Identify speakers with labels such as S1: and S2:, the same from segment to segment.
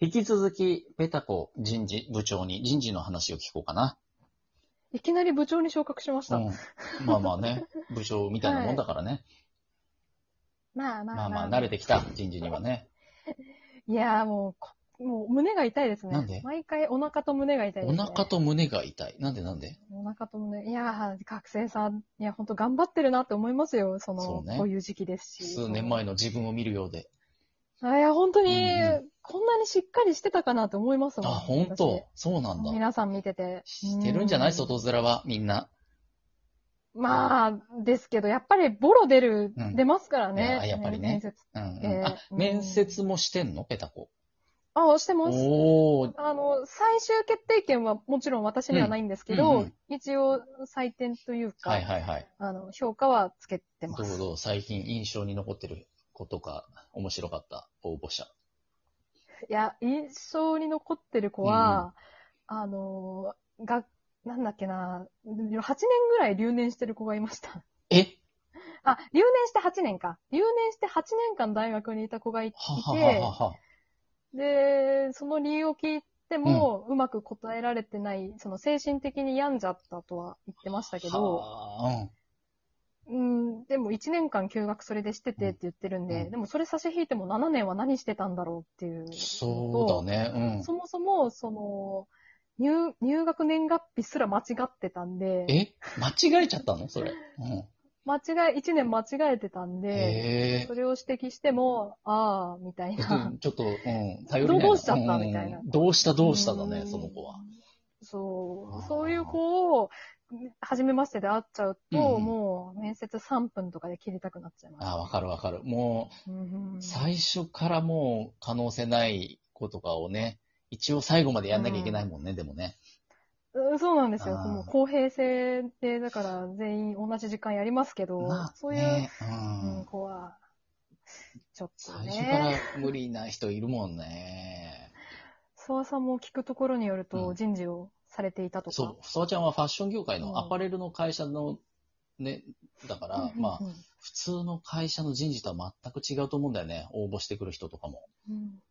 S1: 引き続き、ペタコ人事部長に人事の話を聞こうかな。
S2: いきなり部長に昇格しました。
S1: うん。まあまあね、部長みたいなもんだからね。
S2: まあまあ
S1: まあまあ、慣れてきた、人事にはね。
S2: いやーもうこ、もう胸が痛いですね。
S1: なんで
S2: 毎回お腹と胸が痛いで
S1: お
S2: す、ね。
S1: 腹と胸が痛い。なんでなんで
S2: お腹と胸。いやー、学生さん、いや、本当頑張ってるなって思いますよ。その、
S1: そうね
S2: こういう時期ですし。
S1: 数年前の自分を見るようで。
S2: あいや、本当に、
S1: うんう
S2: こんなにしっかりしてたかなって思います
S1: あ、
S2: もん。
S1: ほんとそうなん
S2: 私
S1: だ。
S2: 皆さん見てて。
S1: してるんじゃない
S2: うん
S1: 外面は、みんな。
S2: まあ、ですけど、やっぱりボロ出る、
S1: うん
S2: 出ますから
S1: い
S2: ね。
S1: ややっぱりね
S2: 面接
S1: うんうん、
S2: えー
S1: あ、
S2: うん
S1: 面接もしてんのペタコ。
S2: あ、押してます。
S1: おー。
S2: あの、最終決定権はもちろん私にはないんですけど、
S1: うんうん
S2: 一応採点というか、
S1: はいはいはい。
S2: あの、評価はつけてま
S1: どう
S2: す。
S1: どう、最近印象に残ってることか、面白かった応募者。
S2: いや、印象に残ってる子は、あの、が、なんだっけな、8年ぐらい留年してる子がいました。
S1: え
S2: あ、留年して8年か。留年して8年間大学にいた子がいいて、
S1: ははははは。
S2: で、その理由を聞いても、うまく答えられてない、その精神的に病んじゃったとは言ってましたけど、
S1: は
S2: うん、でも1年間休学それでしててって言ってるん
S1: う
S2: で、
S1: ん
S2: でもそれ差し引いても7年は何してたんだろうってい
S1: う
S2: う
S1: ん、そうだね。
S2: そもそも、その、入、入学年月日すら間違ってた
S1: う
S2: ん
S1: ん。
S2: で、
S1: え間違えちゃったのそれ。うん。
S2: 間違え、1年間違えてたんで、
S1: へえ
S2: そ。れを指摘しても、ああ、みたいな。
S1: ちょっと、うん、頼りないな。
S2: どうしちゃったみたいな
S1: うんどうしたどうしただね
S2: う、ん
S1: その子は。。
S2: そ
S1: あ
S2: う
S1: ー、
S2: そういう子を、初めましてで会っちゃうと、
S1: うんうん
S2: もう面接3分とかで切りたくなっちゃいます。
S1: ああ、わかるわかる。も
S2: うんうん
S1: う、最初からもう可能性ない子とかをね、一応最後までやんなきゃいけないもんね、でもね。
S2: うんそうなんですよ。
S1: あー
S2: もう公平性で、だから全員同じ時間やりますけど、
S1: まあ、
S2: そういう、
S1: ね
S2: うん
S1: うん
S2: 子は、ちょっと
S1: 最初か
S2: ね。
S1: ら無理な人いるもんね。
S2: 諏訪さんも聞くところによる
S1: う
S2: と
S1: ん
S2: 人事をされていたとか。
S1: そう、ふさわちゃんはファッション業界
S2: うん
S1: のアパレルの会社のね、だか
S2: うんうん
S1: ら
S2: う、ん
S1: まあ、普通の会社の人事とは全く違うと思うんだよね。応募してくる人とかも。
S2: うん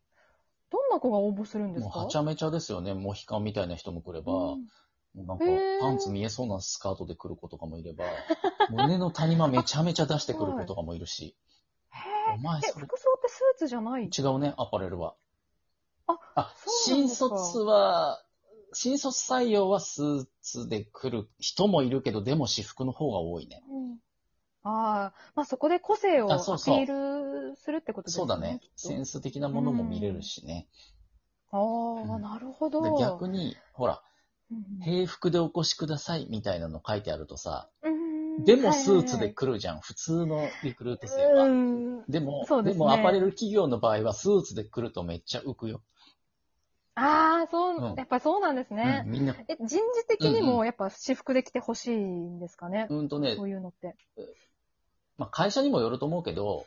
S2: どんな子が応募するんです
S1: も
S2: か
S1: うはちゃめちゃですよね。モヒカンみたいな人も来れば、
S2: うん
S1: なんか
S2: へー
S1: パンツ見えそうなスカートで来る子とかもい れば、胸の谷間めちゃめちゃ出してくる子とかもいるし、
S2: へー
S1: お前
S2: え、
S1: それ
S2: 服装ってスーツじゃない
S1: 違うね、アパレルは。
S2: あ、
S1: あ、
S2: そうなん
S1: 新
S2: ですか
S1: 卒は、新卒採用はスーツで来る人もいるけど、でも私服の方が多いね。
S2: うんああ、まあそこで個性をア
S1: あ
S2: ピ
S1: そうそう
S2: ールするってことです
S1: そ
S2: ね。
S1: うだね。
S2: きっと
S1: センス的なものも見れるしね。
S2: あ
S1: う
S2: あ、
S1: ん
S2: なるほど。
S1: で逆に、ほら、
S2: うんうん、
S1: 平服でお越しくださいみたいなの書いてあるとさ、
S2: うん
S1: でもスーツで
S2: はい
S1: 来るじゃん、普通のリクルート生
S2: はいはい
S1: は。
S2: うん
S1: でも
S2: そう
S1: で、
S2: ですね
S1: もアパレル企業の場合はスーツで来るとめっちゃ浮くよ。
S2: ああ、そう、
S1: うん
S2: やっぱそうなんですね。
S1: うんみんな、
S2: え、人事的に
S1: うんう
S2: もやっぱ私服で来てほしいんですかね、
S1: うんとね
S2: そ、ういうのって。
S1: まあ、会社にもよると思うけど、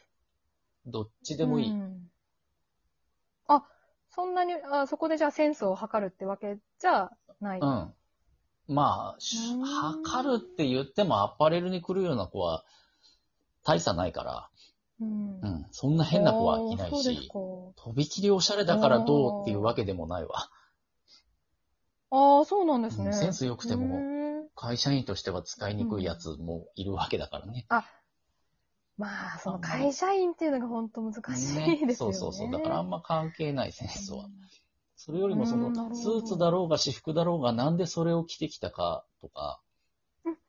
S1: どっちでもいい。
S2: うんあ、そんなにあ、そこでじゃあセンスを測るってわけじゃない。
S1: うん。まあ、し
S2: うん
S1: 測るって言ってもアパレルに来るような子は大差ないから、
S2: うん
S1: うん、そんな変な子はいない
S2: おーそうです
S1: し
S2: か、
S1: とびきりおしゃれだからどうっていうわけでもないわ。
S2: ああ、そうなんですね。
S1: うんセンス良くても
S2: うん
S1: 会社員としては使いにくいやつもいるわけだからね。
S2: まあ、その会社員っていうのが本当難し
S1: ね
S2: いです
S1: そ
S2: よ
S1: う
S2: ね。
S1: そうそう。だからあんま関係ないセンスは。それよりもそ
S2: うんな
S1: の、
S2: るほ
S1: ス
S2: ど
S1: ーツだろうが私服だろうがなんでそれを着てきたかとか、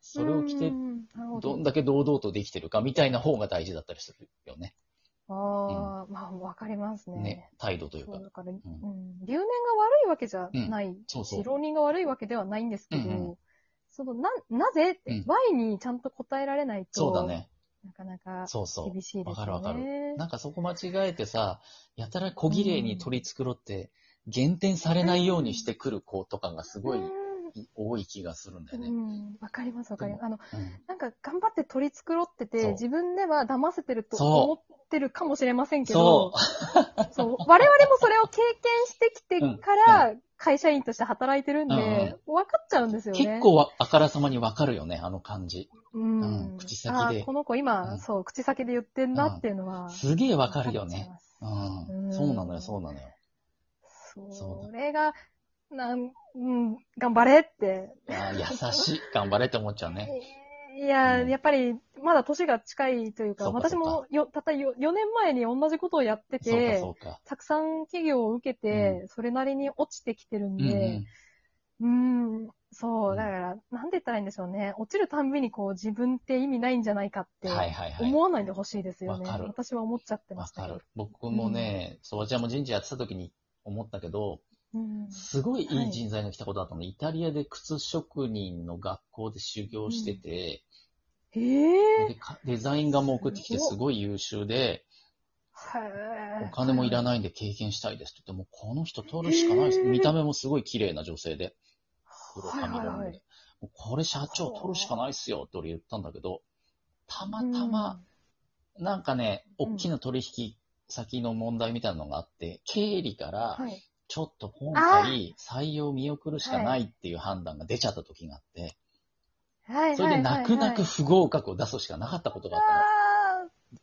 S1: それを着て
S2: う、んなるほ
S1: ど
S2: ど
S1: んだけ堂々とできてるかみたいな方が大事だったりするよね。
S2: ああ、まあ、わかりますね。
S1: ね。態度という
S2: そ
S1: か
S2: う。だから、うん
S1: ん
S2: 留年が悪いわけじゃない。
S1: そうそう
S2: し。浪人が悪いわけではないんですけど、
S1: うんう
S2: そのな、なぜって、
S1: うん
S2: Y にちゃんと答えられないと、
S1: そうだね。
S2: なかなか
S1: そうそう。
S2: 厳しいですよね。
S1: わかるわかる。なんかそこ間違えてさ、やたら小綺麗に取り繕って、減点されないようにしてくる子とかがすごい
S2: うん
S1: 多い気がするんだよね
S2: う。ん、わかりますわかりま。
S1: です
S2: あの、
S1: うん
S2: なんか頑張って取り繕って
S1: そう
S2: て、自分では騙せてると
S1: そう
S2: 思ってるかもしれませんけ
S1: そ
S2: ど、 そう我々もそれを経験してきてから、会社員として働いてるんで、分かっちゃうんです
S1: う。
S2: よね。
S1: 結構わあからさまにわかるよね、あの感じ。
S2: うん
S1: うん口先で
S2: あこの子今、
S1: うん
S2: そう、口先で言ってんなっていうのは。
S1: すげえわかるよ
S2: わかっちゃい
S1: ね。
S2: ます
S1: うん
S2: うん
S1: そうなのよ、そうなのよ。
S2: そう
S1: そうだ
S2: れが、なん、うん、頑張れって。
S1: あー優 しい。頑張れって思っちゃうね。
S2: いや、
S1: うん
S2: やっぱり、まだ年が近いというか、
S1: そうか
S2: 私もよ、たったよ4年前に同じことをやって
S1: そうか、
S2: て、
S1: そうか。
S2: たくさん企業を受けて、それなりに落ちてきてるん
S1: うんう
S2: で
S1: ん、。
S2: うん、
S1: う
S2: そ
S1: ん
S2: う、だから、なんで言ったらいいんでしょうね。落ちるたんびにこう、自分って意味ないんじゃないかって、
S1: はいはいはい。
S2: 思わないでほしいですよね。
S1: わかる
S2: 私は思っちゃってま
S1: わ
S2: した
S1: か
S2: けど。
S1: る。僕もね、そう、じゃあもう人事やってた時に思ったけど、
S2: うん
S1: すごい
S2: はい
S1: いい人材が来たことあったの、イタリアで靴職人の学校で修行してて、
S2: へえ。
S1: でかデザインがもう送ってきて
S2: すごっ
S1: すごい優秀で、
S2: はい
S1: お金もいらないんで経験したいですって言って、もうこの人取るしかないです。
S2: へー
S1: 見た目もすごい綺麗な女性で、黒
S2: はい
S1: 髪
S2: はい
S1: ロング
S2: はい
S1: で。もうこれ社長取るしかないっすよって俺言ったんだけど、たまたま、なんかね、
S2: うん
S1: 大きな取引先の問題みたいなのがあって、経理か
S2: うん
S1: ら、
S2: はい。
S1: ちょっと今回採用見送るしかないっていう判断が出ちゃった時があって、
S2: はい。
S1: それで
S2: はい
S1: 泣く泣く
S2: はい
S1: 不合格を出すしかなかったことがあったの
S2: あ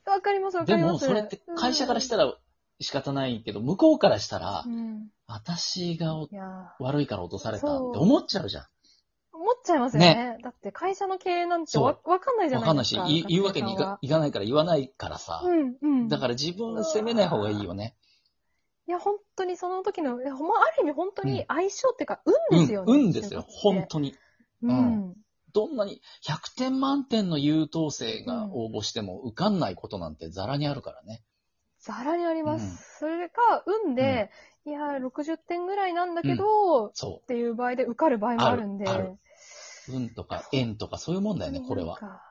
S2: ーわかります、わか
S1: で
S2: りま
S1: も、
S2: す。
S1: それって会社からした
S2: ら、
S1: ら仕方ないけど、向こうからしたら
S2: う、ん。
S1: 私がお
S2: いやー
S1: 悪いから落とされたって
S2: そう
S1: 思っちゃうじゃ
S2: 思っちゃいますよね。だって会社の経営なんてわわかんないじ
S1: ん。
S2: ゃ
S1: わ
S2: な
S1: か
S2: い
S1: んな
S2: で
S1: いし
S2: すか。、
S1: い言うわけにいかいかないから言わないからさ。
S2: うん、うん。、
S1: だからら自分を責めない方がいいよね。
S2: いや、本当にその時の、いやほんまある意味本当に相性っていうか、運
S1: う
S2: です
S1: ん
S2: よ、ね。
S1: うんですよ。本当に。
S2: に。うん。
S1: どんなに100点満点の優等生が応募しても受かんないことなんてザラにあるからね。
S2: ざらにあります。
S1: うん
S2: それか、運で、いやー、60点ぐらいなんだけど、っ
S1: そ
S2: ていう場合で受かる場合もあるんで。
S1: あるあるう。運とか縁とかそういうもんだよね、これは。
S2: なんか。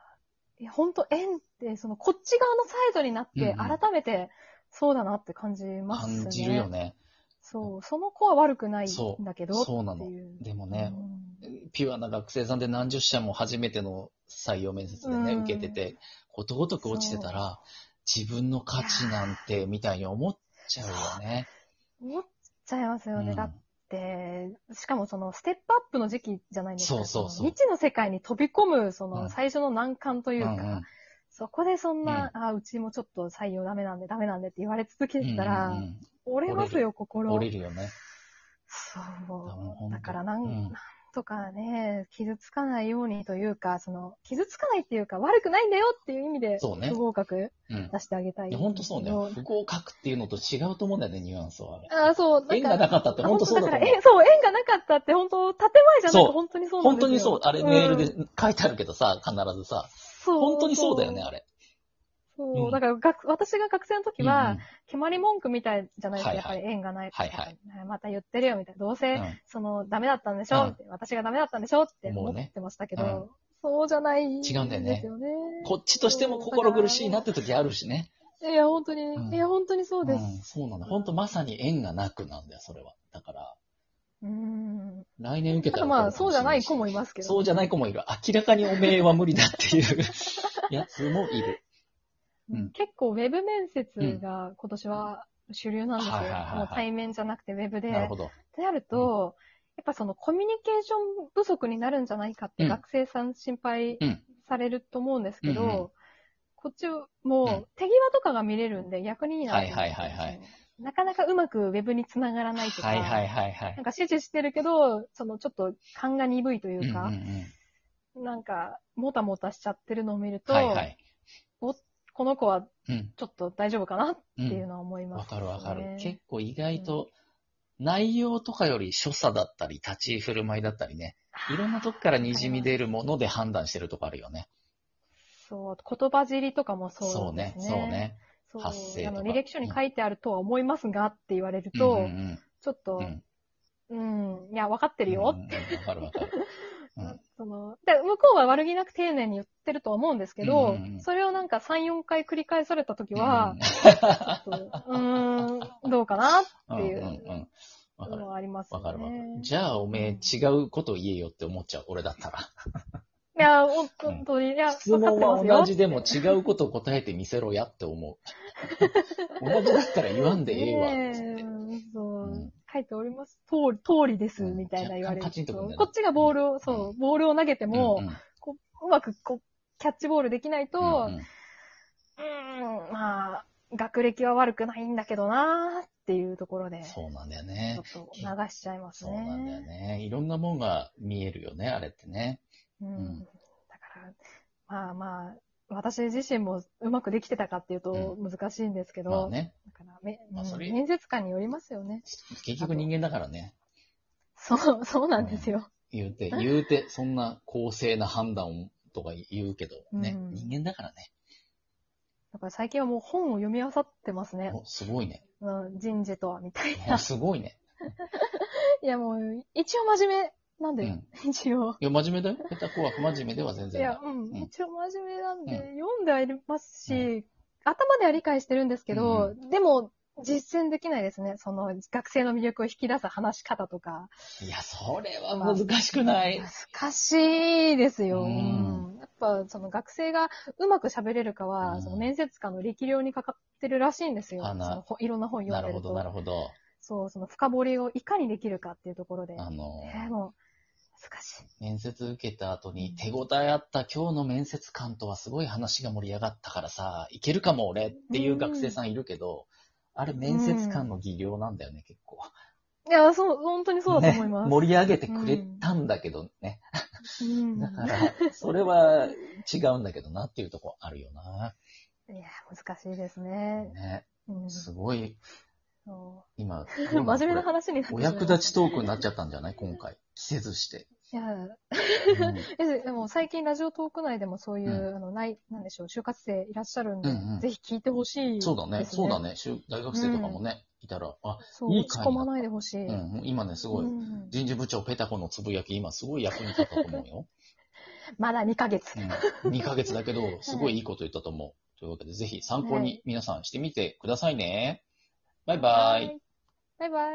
S2: いや、本当縁って、その、こっち側のサイドになっ
S1: うんう
S2: て、
S1: ん
S2: 改めて、そうだなって感じますね。
S1: 感じるよ。ね。
S2: そう。その子は悪くないんだけど、
S1: そうなの
S2: っていう
S1: でもね、
S2: うん
S1: ピュアな学生さんで何十社も初めての採用面接でね、
S2: うん
S1: 受けてて、ことごとく落ちてたら、自分の価値なんて、みたいに思っちゃうよね。
S2: 思っちゃいますよね。
S1: うん
S2: だって、しかもその、ステップアップの時期じゃないですか。
S1: そうそうそう
S2: の未知の世界に飛び込む、そうの、
S1: ん
S2: 最初の難関というか、
S1: うんうん
S2: そこでそんな、あ、うちもちょっと採用ダメなんでダメなんでって言われ続けてたら、
S1: うんうん
S2: 折れますよ、
S1: うん
S2: 心。
S1: 折れるよね。だから
S2: そ
S1: ほんと
S2: う。だからなん、
S1: うん
S2: なんとかね、傷つかないようにというか、その、傷つかないっていうか、悪くないんだよっていう意味で、
S1: そうね
S2: 不合格
S1: うん。
S2: 出してあげたい。
S1: いや、ほんとそうね。
S2: よ
S1: 不合格っていうのと違うと思うんだよね、ニュアンスは。
S2: ああ、そう。
S1: 縁がなかったってほんとそうだと思う
S2: 本当だから、え、そう、縁がなかったって、本当建前じゃな
S1: そ
S2: く
S1: う
S2: 本当にそうな
S1: 本
S2: んです
S1: 当
S2: よ。
S1: にそう。あれ、
S2: ん
S1: メールで、書いてあるけどさ、必ずさ。
S2: そう
S1: 本当にそうだよね、あれ。
S2: そう。
S1: うん
S2: だから、学私が学生の時
S1: うん
S2: は
S1: うん、
S2: 決まり文句みたいじゃないですか、
S1: はい
S2: やっ
S1: は
S2: ぱ
S1: い
S2: り縁がない。
S1: はいはい
S2: また言ってるよ、みたいな。どうせ、
S1: うん
S2: その、ダメだったんでしょ、
S1: うん
S2: って私がダメだったんでしょって
S1: 思
S2: 思
S1: うね
S2: ってましたけ
S1: う
S2: ど、そうじゃないんです
S1: 違う
S2: よ
S1: んだよ
S2: ね。
S1: ねこっちとしても心苦しいなって時あるしね。
S2: いや、本当に、
S1: うん
S2: いや、本当にそうで
S1: ん、
S2: す。
S1: そうなの。本当まさに縁がなくなんだよ、それは。だから、
S2: うん。
S1: 来年受け
S2: た
S1: た
S2: だ
S1: ら。
S2: まあ、そうじゃない子もい
S1: す
S2: ますけど。
S1: そうじゃない子もいる。明らかにおめえは無理だっていう やつもいる。うん
S2: 結構、ウェブ面接が今年は主流なんですよ。
S1: はいはいはいはい
S2: もう対面じゃなくて、ウェブで。
S1: なるほど。
S2: ってなると、やっぱそのコミュニケーション不足になるんじゃないかっ
S1: う
S2: て
S1: ん
S2: 学生さん心配
S1: うん
S2: されると思うんですけど、
S1: うんうん
S2: こっち
S1: う
S2: も
S1: ん
S2: 手際とかが見れるんで逆にいいなと思って
S1: はいはいはいはい
S2: なかなかうまくウェブにつながらないとか、
S1: はいはいはいは
S2: ないん。か指示してるけど、そのちょっと勘が鈍いという
S1: うん
S2: か
S1: う、ん
S2: なんかもたもたしちゃってるのを見
S1: う
S2: る
S1: ん
S2: と、
S1: はいはい。
S2: この子は
S1: うん。
S2: ちょっと大丈夫かなって
S1: う。
S2: いうんのは思いま
S1: わ
S2: す、
S1: かるわかる。
S2: ね
S1: 結構意外と、内容とかより所作だったり、立ち居振る舞いだったりね。いろんなとこから滲み出るもので判断してるとこあるよね。
S2: そう、言葉尻とかもそう
S1: そう
S2: で
S1: ね、
S2: す
S1: そうね。
S2: そう
S1: 発声
S2: あの
S1: とか
S2: 履歴書に書いてあるとは思いますがって言われる
S1: うん
S2: と、
S1: うん
S2: ちょっと
S1: うん。う、ん
S2: うん、いや、分かってる
S1: う
S2: よ
S1: ん、うんわかるわかる。うん
S2: そので向こうは悪気なく丁寧に言ってるとは思うんですけ
S1: う
S2: ど、
S1: んうんうん
S2: それをなんか3、4回繰り返されたときは、ちょっとうーん、どうかな
S1: うん
S2: っていうん
S1: んんわかる
S2: の。はあります
S1: わ
S2: よ
S1: かるわかる。
S2: ね。
S1: じゃあ、おめえ違うことを言えよって思っちゃう、俺だった ら。
S2: いや、本当に、いや、
S1: 質問は同
S2: 分かってますよ
S1: じでも違うことを答えてみせろやって思 う。同じだったら言わんでええわ。
S2: ね
S1: つって
S2: そう、
S1: うん
S2: 書いております。通り、通りです、
S1: うん
S2: みたいな言
S1: 若
S2: われ
S1: 干パ
S2: る
S1: チンと
S2: と、
S1: くんだよね
S2: こっちがボールを、そう、ボールを投げても、
S1: うんうん
S2: こううまくこうキャッチボールできないと、う
S1: うん
S2: ーん、まあ、学歴は悪くないんだけどなーっていうところで、ち
S1: そうなんだよ
S2: ょ
S1: ね
S2: っ。と流しちゃいます
S1: そう
S2: ね。
S1: なんだよね。いろんなもんが見えるよね、あれってね。
S2: うん
S1: うん
S2: だから、まあまあ、私自身もうまくできてたかっていうと難しいんですけど、
S1: まあね。
S2: だからめ、
S1: まあ
S2: うん
S1: それ
S2: 面接官によりますよね。
S1: 結局人間だからね。
S2: そう、そうなんですよ。
S1: 言うて、言うて、そんな公正な判断をとか言うけど、ね。
S2: うん
S1: 人間だからね。
S2: だから最近はもう本を読み漁ってますね。
S1: おすごいね。
S2: うん人事とは、みたい
S1: お
S2: な。
S1: すごいね。
S2: いやもう、一応真面目なん
S1: う
S2: で、
S1: ん。い
S2: 一応。
S1: や、真面目だよ。下手怖く真面目では全
S2: い
S1: 然ない
S2: や、うん、
S1: ん
S2: 一応真面目なんで、
S1: うん
S2: 読んではいますし、頭では理解してるんですけど、でも、実践できないですね。その、学生の魅力を引き出す話し方とか。
S1: いや、それは難しくない。
S2: 難しいですよ。
S1: う
S2: うんんやっぱ、その学生がうまく喋れるかは、
S1: うん
S2: その面接官の力量にかかってるらしいんですよ。
S1: あ
S2: そ
S1: な
S2: のほいろんな本
S1: な
S2: 読ん
S1: る
S2: で
S1: ほ
S2: る
S1: ど、なる
S2: と。
S1: ほど。
S2: そう、その深掘りをいかにできるかっていうところで。
S1: あの、
S2: えーもう、難しい。
S1: 面接受けた後
S2: う
S1: に
S2: ん
S1: 手応えあった今日の面接官とはすごい話が盛り上がったからさ、いけるかも俺っていう学生さんいるけど、あれ面接官の技量なんだよね、結構。
S2: いや、そう、本当にそうだと思います。
S1: ね盛り上げてくれたんだけどね。
S2: うん、
S1: だから、それは違うんだけどなっていうとこあるよな。
S2: いや、難しいですね。
S1: ね、
S2: うん、
S1: すごい、
S2: そ
S1: 今、
S2: う 真面目な話になってし
S1: お
S2: まいま
S1: 役立ちトークになっちゃったんじゃない今回。着せずして。
S2: いや、
S1: うん
S2: えでも最近ラジオトーク内でもそういう、
S1: う
S2: あの、ない、なんでしょう、就活生いらっしゃるんで、
S1: うんうん
S2: ぜひ聞いてほしいです、ね。
S1: そうだね、そうだ。ね。しゅ大学生とかもね、いたら、あ、
S2: そう、
S1: いい
S2: 落ち
S1: 回
S2: 込まないでほしい。
S1: うん、もう今ね、すごい、
S2: うん
S1: 人事部長ペタコのつぶやき、今すごい役に立ったと思うよ。
S2: まだ2ヶ月。
S1: うん、2ヶ月だけど、すごいいいこと言ったと思う。というわけで、ぜひ参考に皆さんしてみてくださいね。バイバイ。
S2: バイバイ。